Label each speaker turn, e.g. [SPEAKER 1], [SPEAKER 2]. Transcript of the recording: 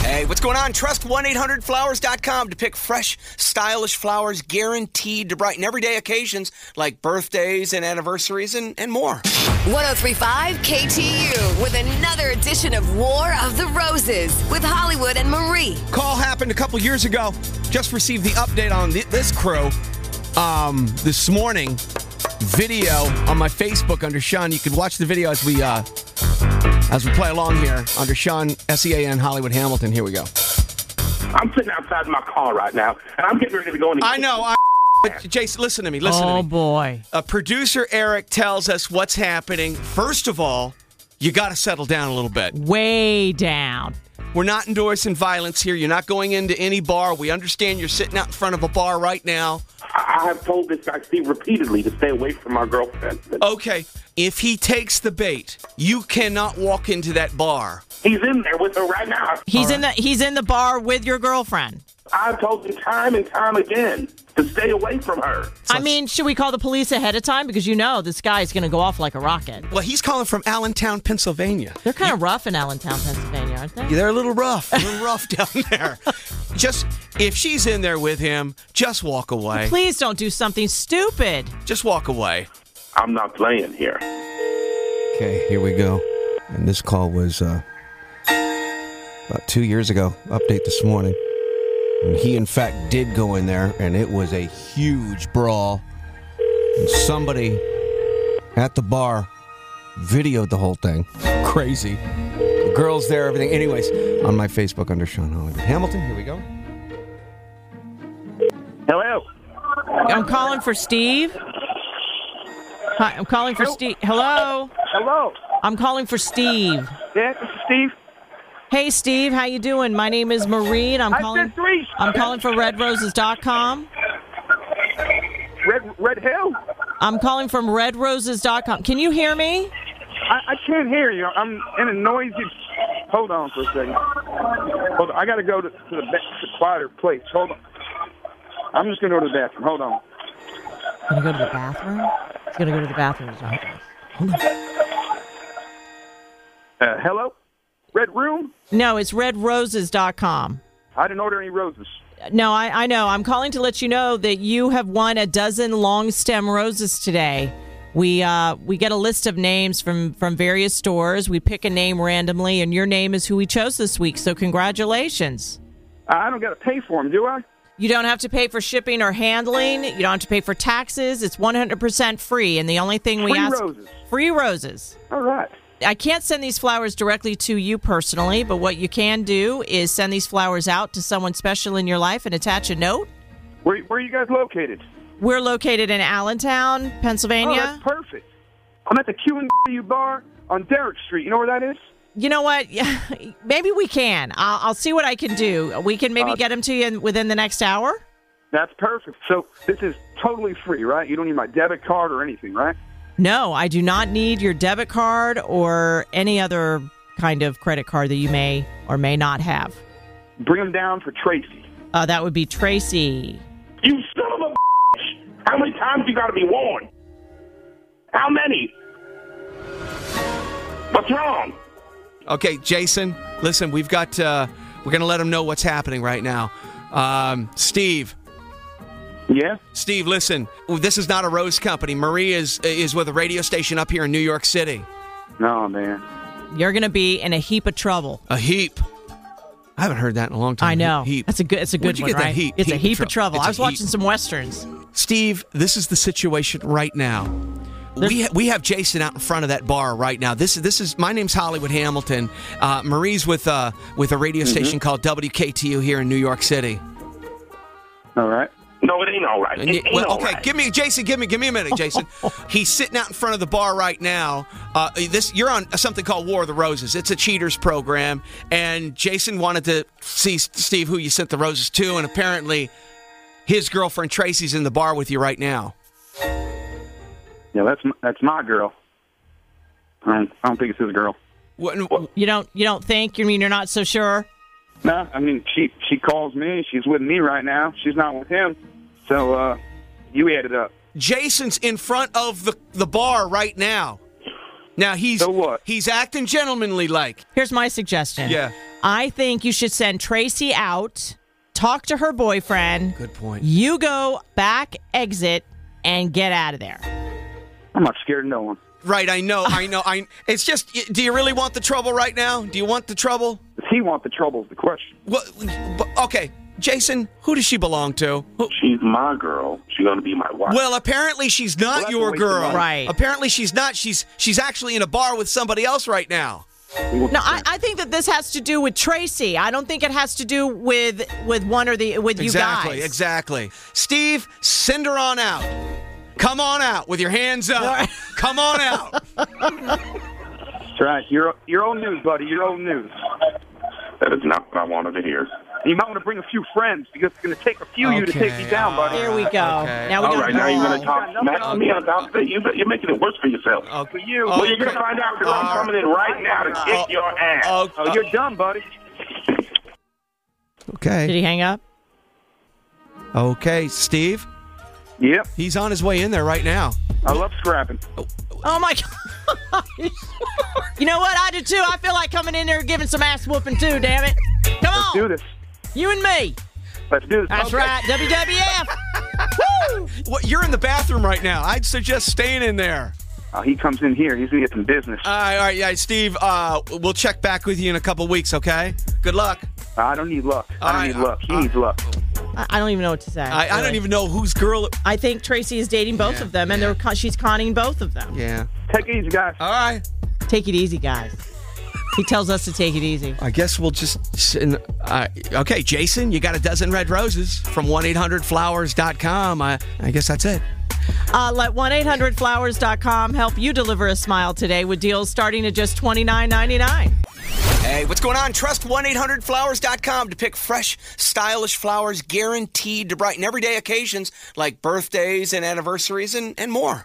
[SPEAKER 1] Okay, what's going on? Trust 1-800-Flowers.com to pick fresh, stylish flowers guaranteed to brighten everyday occasions like birthdays and anniversaries and, and more.
[SPEAKER 2] 1035 KTU with another edition of War of the Roses with Hollywood and Marie.
[SPEAKER 1] Call happened a couple years ago. Just received the update on thi- this crew um, this morning. Video on my Facebook under Sean. You can watch the video as we uh, as we play along here under Sean S E A N Hollywood Hamilton. Here we go.
[SPEAKER 3] I'm sitting outside my car right now, and I'm getting ready to go in. the
[SPEAKER 1] I know. I, but Jason, listen to me. Listen to
[SPEAKER 4] Oh
[SPEAKER 1] me.
[SPEAKER 4] boy.
[SPEAKER 1] uh, producer Eric tells us what's happening. First of all, you got to settle down a little bit.
[SPEAKER 4] Way down.
[SPEAKER 1] We're not endorsing violence here. You're not going into any bar. We understand you're sitting out in front of a bar right now.
[SPEAKER 3] I I have told this guy Steve repeatedly to stay away from my girlfriend.
[SPEAKER 1] Okay, if he takes the bait, you cannot walk into that bar.
[SPEAKER 3] He's in there with her right now.
[SPEAKER 4] He's in the he's in the bar with your girlfriend.
[SPEAKER 3] I've told him time and time again to stay away from her.
[SPEAKER 4] I mean, should we call the police ahead of time because you know this guy's going to go off like a rocket.
[SPEAKER 1] Well, he's calling from Allentown, Pennsylvania.
[SPEAKER 4] They're kind of rough in Allentown, Pennsylvania, aren't they?
[SPEAKER 1] They're a little rough, a little rough down there. Just if she's in there with him, just walk away.
[SPEAKER 4] Please don't do something stupid.
[SPEAKER 1] Just walk away.
[SPEAKER 3] I'm not playing here.
[SPEAKER 1] Okay, here we go. And this call was uh, about two years ago. Update this morning. And he, in fact, did go in there, and it was a huge brawl. And somebody at the bar videoed the whole thing. Crazy. The girls there, everything. Anyways, on my Facebook under Sean Hollywood Hamilton. Here we go.
[SPEAKER 3] Hello.
[SPEAKER 4] I'm calling for Steve. Hi, I'm calling for Steve. Hello.
[SPEAKER 3] Hello.
[SPEAKER 4] I'm calling for Steve.
[SPEAKER 3] Yeah, this is Steve.
[SPEAKER 4] Hey Steve, how you doing? My name is Marie and I'm
[SPEAKER 3] I said
[SPEAKER 4] calling
[SPEAKER 3] three.
[SPEAKER 4] I'm calling for redroses.com.
[SPEAKER 3] Red Red Hill.
[SPEAKER 4] I'm calling from redroses.com. Can you hear me?
[SPEAKER 3] I, I can't hear you. I'm in a noisy. Hold on for a second. Hold on. I got to go to, to the back, to a quieter place. Hold on. I'm just gonna go to the bathroom. Hold on.
[SPEAKER 4] Gonna go to the bathroom? He's gonna go to the bathroom. He's not gonna-
[SPEAKER 3] Uh, hello. Red Room.
[SPEAKER 4] No, it's redroses.com.
[SPEAKER 3] I didn't order any roses.
[SPEAKER 4] No, I, I know. I'm calling to let you know that you have won a dozen long stem roses today. We uh, we get a list of names from from various stores. We pick a name randomly, and your name is who we chose this week. So congratulations.
[SPEAKER 3] I don't got to pay for them, do I?
[SPEAKER 4] You don't have to pay for shipping or handling. You don't have to pay for taxes. It's 100% free, and the only thing we
[SPEAKER 3] Free
[SPEAKER 4] ask
[SPEAKER 3] roses.
[SPEAKER 4] free roses.
[SPEAKER 3] All right.
[SPEAKER 4] I can't send these flowers directly to you personally, but what you can do is send these flowers out to someone special in your life and attach a note.
[SPEAKER 3] Where Where are you guys located?
[SPEAKER 4] We're located in Allentown,
[SPEAKER 3] Oh,
[SPEAKER 4] Pennsylvania.
[SPEAKER 3] that's perfect. I'm at the Q and W bar on Derrick Street. You know where that is?
[SPEAKER 4] you know what? maybe we can. I'll, I'll see what I can do. We can
[SPEAKER 3] Uh,
[SPEAKER 4] maybe get them to you in, within the next hour.
[SPEAKER 3] That's perfect. So this is totally free, right? You don't need my debit card or anything, right?
[SPEAKER 4] No, I do not need your debit card or any other kind of credit card that you may or may not have.
[SPEAKER 3] Bring them down for Tracy.
[SPEAKER 4] Uh, that would be Tracy.
[SPEAKER 3] You son of a bitch! How many times you gotta be warned? How many? What's wrong?
[SPEAKER 1] Okay, Jason, listen, we've got, uh, we're going to let him know what's happening right now. Um, Steve,
[SPEAKER 3] Yeah?
[SPEAKER 1] Steve, listen, this is not a rose company. Marie is, is with a radio station up here in New York City.
[SPEAKER 3] No, man.
[SPEAKER 4] You're going to be in a heap of trouble.
[SPEAKER 1] A heap. I haven't heard that in a long time.
[SPEAKER 4] I know.
[SPEAKER 1] Heap.
[SPEAKER 4] That's a good. It's a good
[SPEAKER 1] Where'd you
[SPEAKER 4] one,
[SPEAKER 1] get that
[SPEAKER 4] right?
[SPEAKER 1] heap?
[SPEAKER 4] It's a heap
[SPEAKER 1] trou-
[SPEAKER 4] of trouble.
[SPEAKER 1] It's
[SPEAKER 4] I
[SPEAKER 1] a
[SPEAKER 4] was watching
[SPEAKER 1] heap.
[SPEAKER 4] some westerns.
[SPEAKER 1] Steve, this is the situation right now. We, ha- we have Jason out in front of that bar right now. This is this is my name's Hollywood Hamilton. Uh, Marie's with uh, with a radio
[SPEAKER 3] Mm-hmm.
[SPEAKER 1] station called WKTU here in New York City.
[SPEAKER 3] All right. No, it ain't all right.
[SPEAKER 1] And you- well, okay, give me Jason. Give me give me a minute, Jason. He's sitting out in front of the bar right now. Uh, this you're on something called War of the Roses. It's a cheaters program, and Jason wanted to see S- Steve who you sent the roses to, and apparently his girlfriend Tracy's in the bar with you right now.
[SPEAKER 3] Yeah, that's my, that's my girl. I don't, I don't think it's his girl.
[SPEAKER 1] What,
[SPEAKER 4] You don't. You don't think. You mean you're not so sure.
[SPEAKER 3] No, I mean she she calls me. She's with me right now. She's not with him. So uh, you add it up.
[SPEAKER 1] Jason's in front of the, the bar right now. Now he's
[SPEAKER 3] So what?
[SPEAKER 1] he's acting gentlemanly like.
[SPEAKER 4] Here's my suggestion.
[SPEAKER 1] Yeah.
[SPEAKER 4] I think you should send Tracy out, talk to her boyfriend.
[SPEAKER 5] Good point.
[SPEAKER 4] You go back, exit, and get out of there.
[SPEAKER 6] I'm not scared of no one.
[SPEAKER 1] Right, I know, I know. I. It's just, y- do you really want the trouble right now? Do you want the trouble?
[SPEAKER 6] Does he want the trouble? Is the question.
[SPEAKER 1] What? but- Okay, Jason, who does she belong to? Who-
[SPEAKER 3] She's my girl. She's gonna be my wife.
[SPEAKER 1] Well, apparently she's not
[SPEAKER 6] that's a
[SPEAKER 1] your
[SPEAKER 6] waste of
[SPEAKER 1] girl.
[SPEAKER 6] money.
[SPEAKER 4] Right.
[SPEAKER 1] Apparently she's not. She's she's actually in a bar with somebody else right now.
[SPEAKER 4] No, I, I think that this has to do with Tracy. I don't think it has to do with with one or the with
[SPEAKER 1] exactly,
[SPEAKER 4] you guys.
[SPEAKER 1] exactly. Steve, send her on out. Come on out with your hands up. Come on out.
[SPEAKER 6] That's right. You're you're old news, buddy. You're old news.
[SPEAKER 3] that is not what I wanted to hear.
[SPEAKER 6] You might want to bring a few friends because it's going to take a few of you to
[SPEAKER 1] Okay,
[SPEAKER 6] take me down, buddy.
[SPEAKER 4] Here we go.
[SPEAKER 1] Okay.
[SPEAKER 4] Now we
[SPEAKER 3] All
[SPEAKER 4] got
[SPEAKER 3] right, now you're
[SPEAKER 4] Paul.
[SPEAKER 3] gonna talk smack to me about that. You, you're making it worse for yourself.
[SPEAKER 6] For you.
[SPEAKER 3] Well, you're gonna find out because I'm coming in right now to kick
[SPEAKER 1] Oh.
[SPEAKER 3] your ass.
[SPEAKER 1] Oh,
[SPEAKER 6] Oh, you're done, buddy.
[SPEAKER 4] Did
[SPEAKER 5] Okay.
[SPEAKER 4] he hang up?
[SPEAKER 5] Okay, Steve.
[SPEAKER 6] Yep.
[SPEAKER 5] He's on his way in there right now.
[SPEAKER 6] I love scrapping.
[SPEAKER 4] Oh my god! you know what? I do too. I feel like coming in there and giving some ass whooping too. Damn it! Come
[SPEAKER 6] Do
[SPEAKER 4] on,
[SPEAKER 6] this.
[SPEAKER 4] you and me.
[SPEAKER 6] Let's do this.
[SPEAKER 4] That's
[SPEAKER 6] Okay.
[SPEAKER 4] right. WWF.
[SPEAKER 1] Well, you're in the bathroom right now. I'd suggest staying in there.
[SPEAKER 3] Uh,
[SPEAKER 6] Oh, he comes in here. He's going to get some business.
[SPEAKER 1] All right, all right, yeah, Steve. Uh, we'll check back with you in a couple weeks. Okay. Good luck.
[SPEAKER 6] I don't need luck. I don't
[SPEAKER 1] All right,
[SPEAKER 6] need
[SPEAKER 1] uh,
[SPEAKER 6] luck. He
[SPEAKER 1] uh,
[SPEAKER 6] needs luck.
[SPEAKER 4] I, I don't even know what to say.
[SPEAKER 1] I, I don't
[SPEAKER 4] really.
[SPEAKER 1] even know whose girl. it-
[SPEAKER 4] I think Tracy is dating both
[SPEAKER 1] Yeah,
[SPEAKER 4] of them, and they're con- she's conning both of them.
[SPEAKER 1] Yeah.
[SPEAKER 6] Take it easy, guys.
[SPEAKER 1] All right.
[SPEAKER 4] Take it easy, guys. He tells us to take it easy.
[SPEAKER 1] I guess we'll just. Send, uh, okay, Jason, you got a dozen red roses from 1-800-Flowers.com. I, I guess that's it.
[SPEAKER 4] Uh, let 1-800-Flowers.com help you deliver a smile today with deals starting at just $29.99.
[SPEAKER 1] Hey, what's going on? Trust 1-800-Flowers.com to pick fresh, stylish flowers guaranteed to brighten everyday occasions like birthdays and anniversaries and, and more.